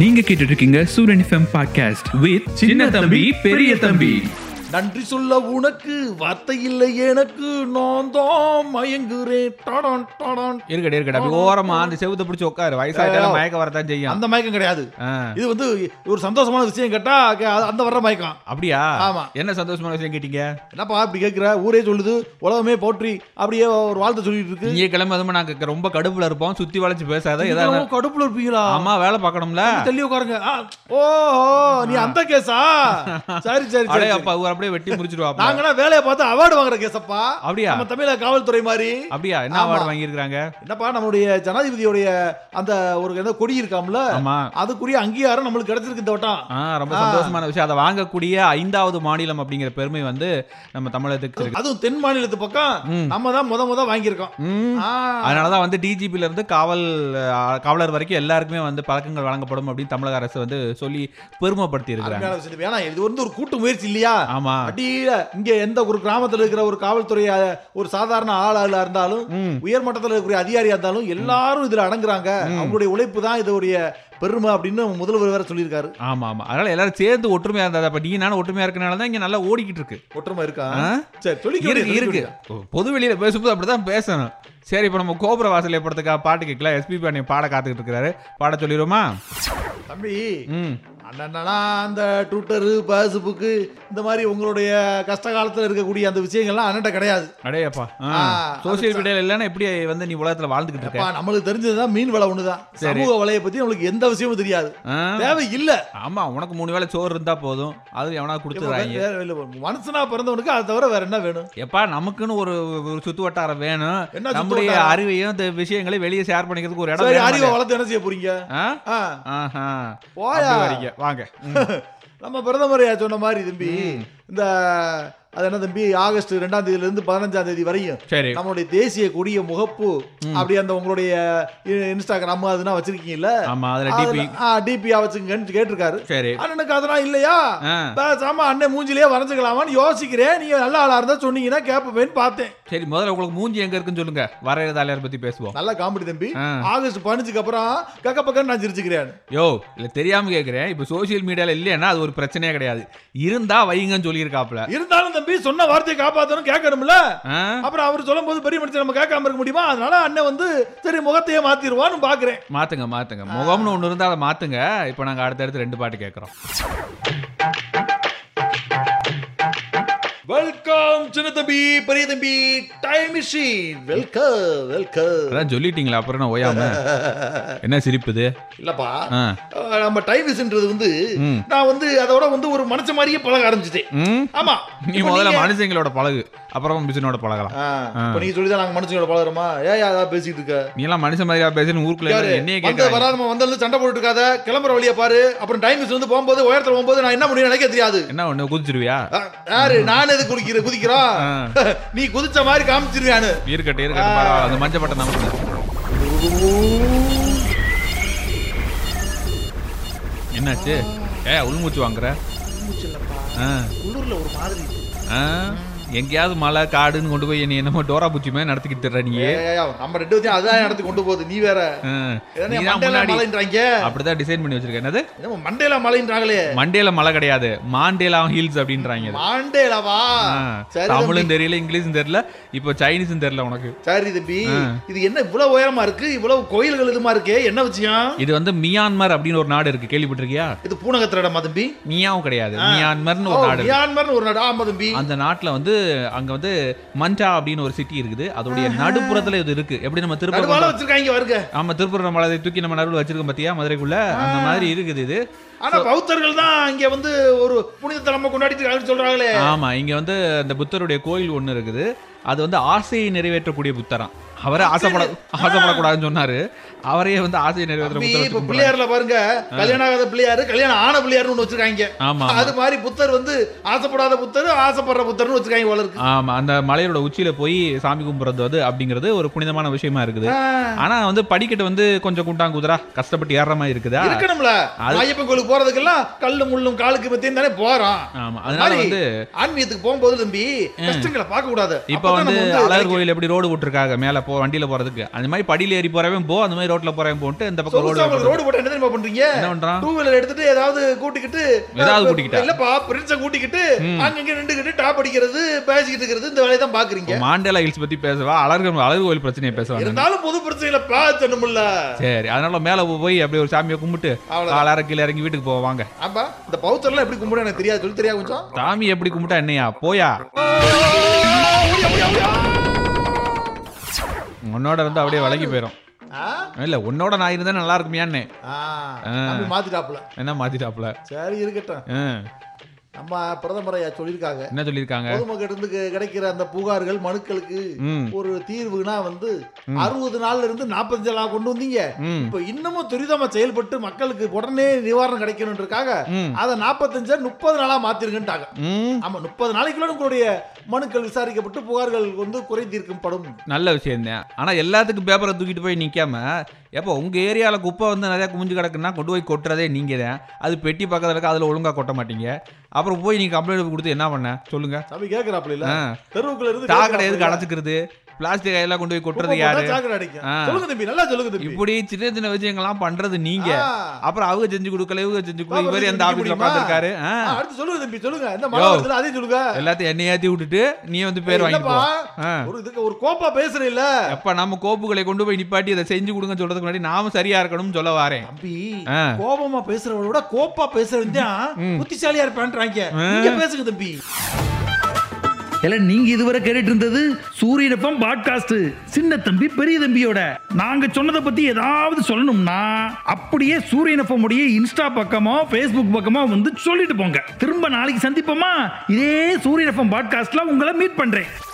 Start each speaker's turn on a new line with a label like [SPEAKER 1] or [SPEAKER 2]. [SPEAKER 1] நீங்க கேட்டுட்டு இருக்கீங்க சூரியன் எஃப்எம் பாட்காஸ்ட் வித் சின்ன தம்பி பெரிய தம்பி
[SPEAKER 2] நன்றி சொல்ல உனக்கு வார்த்தை இல்லை எனக்கு நான் தான் மயங்குறேன் டடான் டடான்
[SPEAKER 3] இருக்கடா இருக்கடா அப்படி ஓரமா அந்த செவுத்த பிடிச்சி உட்காரு வயசாயிட்டாலும் மயக்க வரதான் செய்யும்
[SPEAKER 2] அந்த மயக்கம் கிடையாது
[SPEAKER 3] ஆ.
[SPEAKER 2] இது வந்து ஒரு சந்தோஷமான விஷயம் கேட்டா கே- அது- அந்த வர்ற மயக்கம்
[SPEAKER 3] அப்படியா
[SPEAKER 2] ஆமா.
[SPEAKER 3] என்ன சந்தோஷமான விஷயம் கேட்டீங்க
[SPEAKER 2] என்னப்பா இப்படி கேட்குற ஊரே சொல்லுது உலகமே போற்றி அப்படியே ஒரு வாழ்த்து சொல்லிட்டு இருக்கு
[SPEAKER 3] நீங்க கிளம்பி அதுமா நாங்க ரொம்ப கடுப்புல இருப்போம் சுத்தி வளைச்சு பேசாத ஏதாவது
[SPEAKER 2] நீங்களும் கடுப்புல இருப்பீங்களா
[SPEAKER 3] அம்மா வேலை பார்க்கணும்ல
[SPEAKER 2] தள்ளி உட்காருங்க ஆ, ஓஹோ நீ அந்த கேஸா சரி சரி சரி
[SPEAKER 3] அடே அப்பா அவர் அப்படியே வெட்டி முடிச்சிடுவாப்பா
[SPEAKER 2] நாங்கனா வேலையை பார்த்து அவார்டு வாங்குற கேஸப்பா
[SPEAKER 3] அப்படியா?
[SPEAKER 2] நம்ம தமிழக காவல்துறை மாதிரி
[SPEAKER 3] அப்படியா என்ன
[SPEAKER 2] ஆமா.
[SPEAKER 3] அவார்டு வாங்கியிருக்காங்க
[SPEAKER 2] என்னப்பா நம்மளுடைய ஜனாதிபதியுடைய அந்த ஒரு என்ன கொடி இருக்காம்ல
[SPEAKER 3] ஆமா
[SPEAKER 2] அதுக்குரிய அங்கீகாரம் நம்மளுக்கு கிடைச்சிருக்கு இந்த வட்டம்
[SPEAKER 3] ஆ ரொம்ப
[SPEAKER 2] ஆ.
[SPEAKER 3] சந்தோஷமான விஷயம் அதை வாங்கக்கூடிய ஐந்தாவது மாநிலம் அப்படிங்கிற பெருமை வந்து நம்ம தமிழகத்துக்கு இருக்கு
[SPEAKER 2] அதுவும் தென் மாநிலத்து பக்கம்
[SPEAKER 3] ம்.
[SPEAKER 2] நம்ம தான் முத முத வாங்கியிருக்கோம்
[SPEAKER 3] ம்.
[SPEAKER 2] ஆ.
[SPEAKER 3] அதனாலதான் வந்து டிஜிபில இருந்து காவல் ஆ, காவலர் வரைக்கும் எல்லாருக்குமே வந்து பதக்கங்கள் வழங்கப்படும் அப்படின்னு தமிழக அரசு வந்து சொல்லி பெருமைப்படுத்தி இருக்கிறாங்க
[SPEAKER 2] அருமையான விஷயம். ஏன்னா இது வந்து ஒரு கூட்டு முயற்சி இல்லையா
[SPEAKER 3] ஆமா
[SPEAKER 2] அடியில இங்க எந்த ஒரு கிராமத்துல இருக்கிற ஒரு காவல்துறை அ, ஒரு சாதாரண ஆளாளா இருந்தாலும்
[SPEAKER 3] ம்
[SPEAKER 2] உயர்மட்டத்தில் இருக்கிற அதிகாரியா இருந்தாலும் எல்லாரும் இதுல அடங்குறாங்க
[SPEAKER 3] ம்.
[SPEAKER 2] அவங்களுடைய உழைப்பு தான் இதோடைய பெருமை அப்படின்னு முதல்வர் வேற சொல்லியிருக்காரு
[SPEAKER 3] ஆமா ஆமா அதனால எல்லாரும் சேர்ந்து ஒற்றுமையா இருந்தா அப்ப நீ நானும் ஒற்றுமையா இருக்கனால தான் இங்க நல்லா ஓடிக்கிட்டு இருக்கு
[SPEAKER 2] ஒற்றுமை இருக்கா
[SPEAKER 3] ஆ?
[SPEAKER 2] சரி
[SPEAKER 3] இருக்கு
[SPEAKER 2] சொல்லி
[SPEAKER 3] இருக்கு பொது வெளியில பேசும்போது அப்படிதான் பேசணும் சரி இப்ப நம்ம கோபுர வாசலை படத்துக்கா பாட்டு கேட்கலாம் எஸ்பி பண்ணி பாட காத்துக்கிட்டு இருக்காரு பாட சொல்லிடுவோமா
[SPEAKER 2] தம்பி
[SPEAKER 3] ம்
[SPEAKER 2] அண்ணனா அந்த ட்விட்டரு பேஸ்புக்கு இந்த மாதிரி உங்களுடைய கஷ்ட காலத்துல இருக்கக்கூடிய அந்த விஷயங்கள்லாம் அண்ணன்ட்ட கிடையாது
[SPEAKER 3] அடையப்பா
[SPEAKER 2] ஆ,
[SPEAKER 3] சோசியல்
[SPEAKER 2] அது
[SPEAKER 3] மீடியால இல்லைன்னா எப்படி வந்து நீ உலகத்துல வாழ்ந்துகிட்டு இருக்க
[SPEAKER 2] அப்பா நம்மளுக்கு தெரிஞ்சதுதான் மீன் வலை ஒண்ணுதான்
[SPEAKER 3] சரி.
[SPEAKER 2] சமூக வலையை பத்தி நம்மளுக்கு எந்த விஷயமும் தெரியாது
[SPEAKER 3] ஆ,
[SPEAKER 2] தேவை இல்ல
[SPEAKER 3] ஆமா உனக்கு மூணு வேளை சோறு இருந்தா போதும் அது எவனா கொடுத்துறாங்க
[SPEAKER 2] வேற இல்ல. மனுஷனா பிறந்தவனுக்கு அதை தவிர வேற என்ன வேணும்
[SPEAKER 3] எப்பா நமக்குன்னு ஒரு ஒரு சுத்து வட்டாரம் வேணும்
[SPEAKER 2] என்ன சுத்து
[SPEAKER 3] நம்முடைய
[SPEAKER 2] வட்டாரம்?
[SPEAKER 3] அறிவையும் இந்த விஷயங்களையும் வெளியே ஷேர் பண்ணிக்கிறதுக்கு ஒரு இடம்
[SPEAKER 2] சரி அறிவை
[SPEAKER 3] வேணும்.
[SPEAKER 2] வளர்த்து என்ன செய்ய போறீங்க
[SPEAKER 3] ஆ?
[SPEAKER 2] ஆ,
[SPEAKER 3] ஆஹா.
[SPEAKER 2] போயா.
[SPEAKER 3] அப்படி வரீங்க. வாங்க ம்.
[SPEAKER 2] நம்ம பிரதமர் சொன்ன மாதிரி தம்பி இந்த அது என்ன தம்பி ஆகஸ்ட் ரெண்டாம் தேதியில இருந்து பதினஞ்சாம் தேதி வரையும்
[SPEAKER 3] சரி
[SPEAKER 2] நம்மளுடைய தேசிய கொடிய முகப்பு அப்படி அந்த உங்களுடைய இ- இன்ஸ்டாகிராம் அதுனா வச்சிருக்கீங்கல்ல
[SPEAKER 3] ஆமா அதுல டிபி
[SPEAKER 2] டிபியா வச்சுங்கன்னு கேட்டிருக்காரு
[SPEAKER 3] சரி
[SPEAKER 2] அண்ணனுக்கு அதெல்லாம் இல்லையா
[SPEAKER 3] ஆ,
[SPEAKER 2] பேசாம அண்ணன் மூஞ்சிலேயே வரைஞ்சுக்கலாமான்னு யோசிக்கிறேன் நீங்க நல்ல ஆளா இருந்தா சொன்னீங்கன்னா கேப்பேன்னு பார்த்தேன்
[SPEAKER 3] சரி முதல்ல உங்களுக்கு மூஞ்சி எங்க இருக்குன்னு சொல்லுங்க வரைகிற தலைவர் பத்தி பேசுவோம்
[SPEAKER 2] நல்ல காமெடி தம்பி
[SPEAKER 3] ஆ.
[SPEAKER 2] ஆகஸ்ட் பதினஞ்சுக்கு அப்புறம் கக்க பக்கம் நான் சிரிச்சுக்கிறேன்
[SPEAKER 3] யோ இல்ல தெரியாம கேக்குறேன் இப்ப சோசியல் மீடியால இல்லைன்னா அது ஒரு பிரச்சனையே கிடையாது இருந்தா வைங்கன்னு சொல்லியிருக்காப்ல
[SPEAKER 2] இருந்தாலும் தம்பி சொன்ன வார்த்தையை காப்பாத்தணும் கேட்கணும்ல
[SPEAKER 3] ஆ?
[SPEAKER 2] அப்புறம் அவர் சொல்லும் போது பெரிய மனுஷன் நம்ம கேட்காம இருக்க முடியுமா அதனால அண்ணன் வந்து சரி முகத்தையே மாத்திருவான்னு பாக்குறேன்
[SPEAKER 3] மாத்துங்க மாத்துங்க முகம்னு ஒண்ணு இருந்தா அதை மாத்துங்க இப்ப நாங்க அடுத்தடுத்து ரெண்டு பாட்டு கேக்குறோம்
[SPEAKER 2] வெல்கம் சின்ன தம்பி பெரிய தம்பி டைம் மிஷின் வெல்கம் வெல்கம்
[SPEAKER 3] அதான் சொல்லிட்டீங்களா அப்புறம் நான் ஓயாம என்ன சிரிப்புது
[SPEAKER 2] இல்லப்பா
[SPEAKER 3] ஆ.
[SPEAKER 2] அஹ் நம்ம டைம் மிஷின்றது வந்து
[SPEAKER 3] ம்.
[SPEAKER 2] நான் வந்து அதோட வந்து ஒரு மனுஷன் மாதிரியே பழக ஆரம்பிச்சிட்டேன்
[SPEAKER 3] ம்?
[SPEAKER 2] ஆமா
[SPEAKER 3] நீ
[SPEAKER 2] இப்ப
[SPEAKER 3] முதல்ல
[SPEAKER 2] நீங்க-
[SPEAKER 3] மனுஷங்களோட பழகு அப்புறம் மிஷினோட பழகலாம்
[SPEAKER 2] ஆ, இப்ப நீங்க சொல்லிதான் நாங்க மனுஷங்களோட பழகுறோமா ஏன் அதான் பேசிட்டு இருக்க
[SPEAKER 3] நீ எல்லாம் மனுஷன் மாதிரியா பேசுன்னு ஊருக்குள்ள
[SPEAKER 2] யாரு?
[SPEAKER 3] இருந்து என்னைய
[SPEAKER 2] வந்தது
[SPEAKER 3] கேட்கறாங்க
[SPEAKER 2] வராத வந்ததுல இருந்து சண்டை போட்டுட்டு இருக்காத கிளம்புற வழியை பாரு அப்புறம் டைம் மிஸ் வந்து போகும்போது உயரத்துல போகும்போது நான் என்ன முடியும் நினைக்க தெரியாது
[SPEAKER 3] என்ன ஒண்ணு குதிச்சிருவியா
[SPEAKER 2] ஆ, யாரு நான் எது குதிக்கிற குதிக்கிறோம் நீ குதிச்ச மாதிரி காமிச்சிருக்கானு
[SPEAKER 3] இருக்கட்டும் இருக்கட்டும் பரவாயில்ல. அந்த மஞ்சள் பட்டம் நமக்கு என்னாச்சு ஏ உள்மூச்சு வாங்குற ஆ,
[SPEAKER 2] உள்ளூர்ல ஒரு மாதிரி
[SPEAKER 3] ஆ, எங்கேயாவது மலை காடுன்னு கொண்டு போய் நீ என்னமோ டோரா பூச்சி மாதிரி நடத்திக்கிட்டு இருற நீ
[SPEAKER 2] நம்ம ரெண்டு பேத்தையும் அதான் இடத்துக்கு கொண்டு போகுது நீ வேற
[SPEAKER 3] ஆ,
[SPEAKER 2] ஏன்னா
[SPEAKER 3] நீதான்
[SPEAKER 2] மண்டையில
[SPEAKER 3] முன்னாடி
[SPEAKER 2] மலைன்றாங்க
[SPEAKER 3] அப்படிதான் டிசைன் பண்ணி வச்சிருக்க என்னது
[SPEAKER 2] என்னமோ மண்டையில மலைன்றாங்களே
[SPEAKER 3] மண்டேல மலை கிடையாது மாண்டேலா ஹில்ஸ் அப்படின்றாங்க அது.
[SPEAKER 2] மாண்டேலவா
[SPEAKER 3] ஆ,
[SPEAKER 2] சரி தம்பி
[SPEAKER 3] தமிழும் தெரியல இங்கிலீஷும் தெரியல இப்போ சைனீஸும் தெரியல உனக்கு
[SPEAKER 2] சரி தம்பி இது என்ன இவ்வளவு உயரமா இருக்கு இவ்வளவு கோயில்கள் இதுமா இருக்கே என்ன விஷயம்
[SPEAKER 3] இது வந்து மியான்மர் அப்படின்னு ஒரு நாடு இருக்கு கேள்விப்பட்டிருக்கியா
[SPEAKER 2] இது பூனகத்துல இடமா தம்பி
[SPEAKER 3] மியாவும் கிடையாது
[SPEAKER 2] ஆ.
[SPEAKER 3] மியான்மர்னு
[SPEAKER 2] ஓ,
[SPEAKER 3] ஒரு நாடு இருக்கு.
[SPEAKER 2] மியான்மர்னு ஒரு நாடு ஆமா தம்பி
[SPEAKER 3] அந்த நாட்டுல வந்து அங்க வந்து மண்டா அப்படின்னு ஒரு சிட்டி இருக்குது அதோடைய நடுப்புறத்துல இது இருக்கு எப்படி நம்ம திருப்பூர்
[SPEAKER 2] நடுவால
[SPEAKER 3] மண்டா-
[SPEAKER 2] வச்சிருக்காங்க வருங்க
[SPEAKER 3] ஆமா திருப்பூர் மலை தூக்கி நம்ம நடுவில் வச்சிருக்கோம் பாத்தியா மதுரைக்குள்ள அந்த மாதிரி இருக்குது இது
[SPEAKER 2] ஆனா பௌத்தர்கள் தான் இங்க வந்து ஒரு புனித தலமா கொண்டாடிட்டு இருக்காங்கன்னு சொல்றாங்களே
[SPEAKER 3] ஆமா இங்க வந்து அந்த புத்தருடைய கோயில் ஒண்ணு இருக்குது அது வந்து ஆசையை நிறைவேற்றக்கூடிய புத்தராம் அவரே ஆசைப்பட ஆசைப்படக்கூடாதுன்னு சொன்னாரு அவரே வந்து ஆசையை நிறைவேற்ற
[SPEAKER 2] தம்பி,
[SPEAKER 3] புத்தர்
[SPEAKER 2] இப்ப
[SPEAKER 3] வச்சு கும்பிடுறாரு.
[SPEAKER 2] பிள்ளையார்ல பாருங்க கல்யாணம் ஆகாத பிள்ளையாரு கல்யாணம் ஆன பிள்ளையாருன்னு ஒண்ணு வச்சிருக்காங்க
[SPEAKER 3] ஆமா ஆமா.
[SPEAKER 2] அது மாதிரி புத்தர் வந்து ஆசைப்படாத புத்தர் ஆசைப்படுற புத்தர்னு வச்சிருக்காங்க போல இருக்கு
[SPEAKER 3] ஆமா அந்த மலையோட உச்சியில போய் சாமி கும்பிடுறது வந்து அப்படிங்கிறது ஒரு புனிதமான விஷயமா இருக்குது
[SPEAKER 2] ஆ,
[SPEAKER 3] ஆனா வந்து படிக்கட்டு வந்து கொஞ்சம் குண்டாங்குதுரா கஷ்டப்பட்டு ஏறுற மாதிரி இருக்குதா
[SPEAKER 2] இருக்கணும்ல
[SPEAKER 3] அது-
[SPEAKER 2] ஐயப்பன் கோயிலுக்கு போறதுக்கெல்லாம் கல்லு முள்ளும் காலுக்கு பத்தியும் தானே போறோம்
[SPEAKER 3] ஆமா அதனால
[SPEAKER 2] மாதிரி
[SPEAKER 3] வந்து
[SPEAKER 2] ஆன்மீகத்துக்கு போகும்போது தம்பி கஷ்டங்களை பார்க்க கூடாது
[SPEAKER 3] இப்ப
[SPEAKER 2] அப்பதான்
[SPEAKER 3] வந்து
[SPEAKER 2] நம்ம
[SPEAKER 3] அழகர் கோயில் எப்படி ரோடு விட்டுருக்காங்க மேல போ போ வண்டியில போறதுக்கு அந்த மாதிரி படியில ஏறி போறவன் போ அந்த மாதிரி ரோட்ல போறவன் போன்ட்டு இந்த பக்கம்
[SPEAKER 2] சொகுசா உங்களுக்கு
[SPEAKER 3] ரோடு
[SPEAKER 2] ரோடு போட்டா என்ன தெரியுமா பண்றீங்க
[SPEAKER 3] என்ன பண்றான்
[SPEAKER 2] டூ வீலர் எடுத்துட்டு ஏதாவது கூட்டிக்கிட்டு
[SPEAKER 3] ஏதாவது கூட்டிக்கிட்டா?
[SPEAKER 2] இல்லப்பா பிரின்ஸ கூட்டிக்கிட்டு
[SPEAKER 3] ம்.
[SPEAKER 2] அங்கங்க நின்றுகிட்டு டாப் அடிக்கிறது பேசிக்கிட்டு இருக்கிறது இந்த வேலையை தான் பாக்குறீங்க
[SPEAKER 3] மாண்டேலா ஹில்ஸ் பத்தி பேசுவா அழகர் அழகு கோயில் பிரச்சனையை பேசுவாங்க
[SPEAKER 2] இருந்தாலும் பொது பிரச்சனையில பாத்தணும்ல
[SPEAKER 3] சரி அதனால மேல போய் அப்படியே ஒரு சாமியை கும்பிட்டு
[SPEAKER 2] அவ்வளவுதான்.
[SPEAKER 3] ஆளார கீழே இறங்கி வீட்டுக்கு போவாங்க
[SPEAKER 2] ஆமா இந்த பௌத்தர்லாம் எப்படி கும்பிட எனக்கு தெரியாது சொல்லி தெரியாது கொஞ்சம்
[SPEAKER 3] சாமி எப்படி கும்பிட்டா என்னையா போயா உன்னோட இருந்து அப்படியே விலகி போயிடும்
[SPEAKER 2] ஆ?
[SPEAKER 3] இல்ல உன்னோட நான் இருந்தா நல்லா இருக்குமியான்னு
[SPEAKER 2] ஆ, தம்பி மாத்திட்டாப்புல
[SPEAKER 3] என்ன மாத்திட்டாப்ல
[SPEAKER 2] சரி இருக்கட்டும்
[SPEAKER 3] ஹம்.
[SPEAKER 2] நம்ம பிரதமர் ஐயா சொல்லியிருக்காங்க
[SPEAKER 3] என்ன சொல்லியிருக்காங்க
[SPEAKER 2] பொதுமக்கள் இருந்து கிடைக்கிற அந்த புகார்கள் மனுக்களுக்கு
[SPEAKER 3] ம்
[SPEAKER 2] ஒரு தீர்வுனா வந்து அறுபது நாள்ல இருந்து நாற்பத்தஞ்சு நாள் கொண்டு வந்தீங்க
[SPEAKER 3] ம்
[SPEAKER 2] இப்ப இன்னமும் துரிதமா செயல்பட்டு மக்களுக்கு உடனே நிவாரணம் கிடைக்கணுன்றக்காக
[SPEAKER 3] ம்
[SPEAKER 2] அதை நாற்பத்தஞ்சா முப்பது நாளா மாத்திருங்கன்ட்டாங்க
[SPEAKER 3] ம்
[SPEAKER 2] ஆமா முப்பது நாளைக்குள்ள உங்களுடைய மனுக்கள் விசாரிக்கப்பட்டு புகார்கள் வந்து குறை தீர்க்கும் படும்
[SPEAKER 3] நல்ல விஷயம் தான் ஆனா எல்லாத்துக்கும் பேப்பரை தூக்கிட்டு போய் நிக்காம எப்போ உங்க ஏரியால குப்பை வந்து நிறைய குமிஞ்சு கிடக்குன்னா கொண்டு போய் கொட்டுறதே நீங்க தான் அது பெட்டி பக்கத்துல இருக்க அதுல ஒழுங்கா கொட்ட மாட்டீங்க அப்புறம் போய் நீங்க கம்ப்ளைண்ட் கொடுத்து என்ன பண்ண சொல்லுங்க
[SPEAKER 2] சாமி கேக்குறாப்புல இல்ல
[SPEAKER 3] ஆ,
[SPEAKER 2] தெருவுக்குள்ள இருந்து
[SPEAKER 3] சாக்கடை எதுக்கு
[SPEAKER 2] கேக்குறாப்புல.
[SPEAKER 3] அடைச்சிக்கிறது பிளாஸ்டிக் எல்லாம் கொண்டு போய்
[SPEAKER 2] குப்பை
[SPEAKER 3] கொட்டுறது
[SPEAKER 2] போட்டா
[SPEAKER 3] யாரு
[SPEAKER 2] சாக்கடை அடிக்கும்
[SPEAKER 3] ஆ.
[SPEAKER 2] சொல்லுங்க தம்பி நல்லா சொல்லுங்க தம்பி
[SPEAKER 3] இப்படி சின்ன சின்ன விஷயங்கள்லாம் பண்றது நீங்க
[SPEAKER 2] ஆ.
[SPEAKER 3] அப்புறம் அவங்க செஞ்சு கொடுக்கல இவங்க செஞ்சு கொடுக்கல
[SPEAKER 2] பாப்பா
[SPEAKER 3] இவரு அந்த
[SPEAKER 2] செஞ்சு
[SPEAKER 3] ஆபீஸ்ல
[SPEAKER 2] முடியுமா?
[SPEAKER 3] உட்காந்துருக்காரு
[SPEAKER 2] ஆ, அடுத்து சொல்லுங்க தம்பி சொல்லுங்க இந்த
[SPEAKER 3] யோ.
[SPEAKER 2] மழை வருதுல அதையும் சொல்லுங்க
[SPEAKER 3] எல்லாத்தையும் எண்ணெய் ஏத்தி விட்டுட்டு நீ வந்து பேர் வாங்கி போ.
[SPEAKER 2] இல்லப்பா,
[SPEAKER 3] ஆ.
[SPEAKER 2] ஒரு இதுக்கு ஒரு கோப்பா பேசுற இல்ல
[SPEAKER 3] எப்ப நம்ம கோப்புகளை கொண்டு போய் நிப்பாட்டி அதை செஞ்சு கொடுங்க சொல்றதுக்கு முன்னாடி நாம சரியா இருக்கணும்னு சொல்ல வாரேன்
[SPEAKER 2] தம்பி
[SPEAKER 3] ஆ.
[SPEAKER 2] கோபமா பேசுறவளை விட கோப்பா பேசுறவன் தான் புத்திசாலியா இருப்பான்றாங்க நீங்க பேசுங்க தம்பி
[SPEAKER 1] இல்ல நீங்க இதுவரை கேட்டுட்டு இருந்தது சூரியன் எஃப்எம் பாட்காஸ்ட் சின்ன தம்பி பெரிய தம்பியோட நாங்க சொன்னதை பத்தி ஏதாவது சொல்லணும்னா அப்படியே சூரியன் எஃப்எம் உடைய இன்ஸ்டா பக்கமோ ஃபேஸ்புக் பக்கமோ வந்து சொல்லிட்டு போங்க திரும்ப நாளைக்கு சந்திப்போமா இதே சூரியன் எஃப்எம் பாட்காஸ்ட்ல உங்களை மீட் பண்றேன்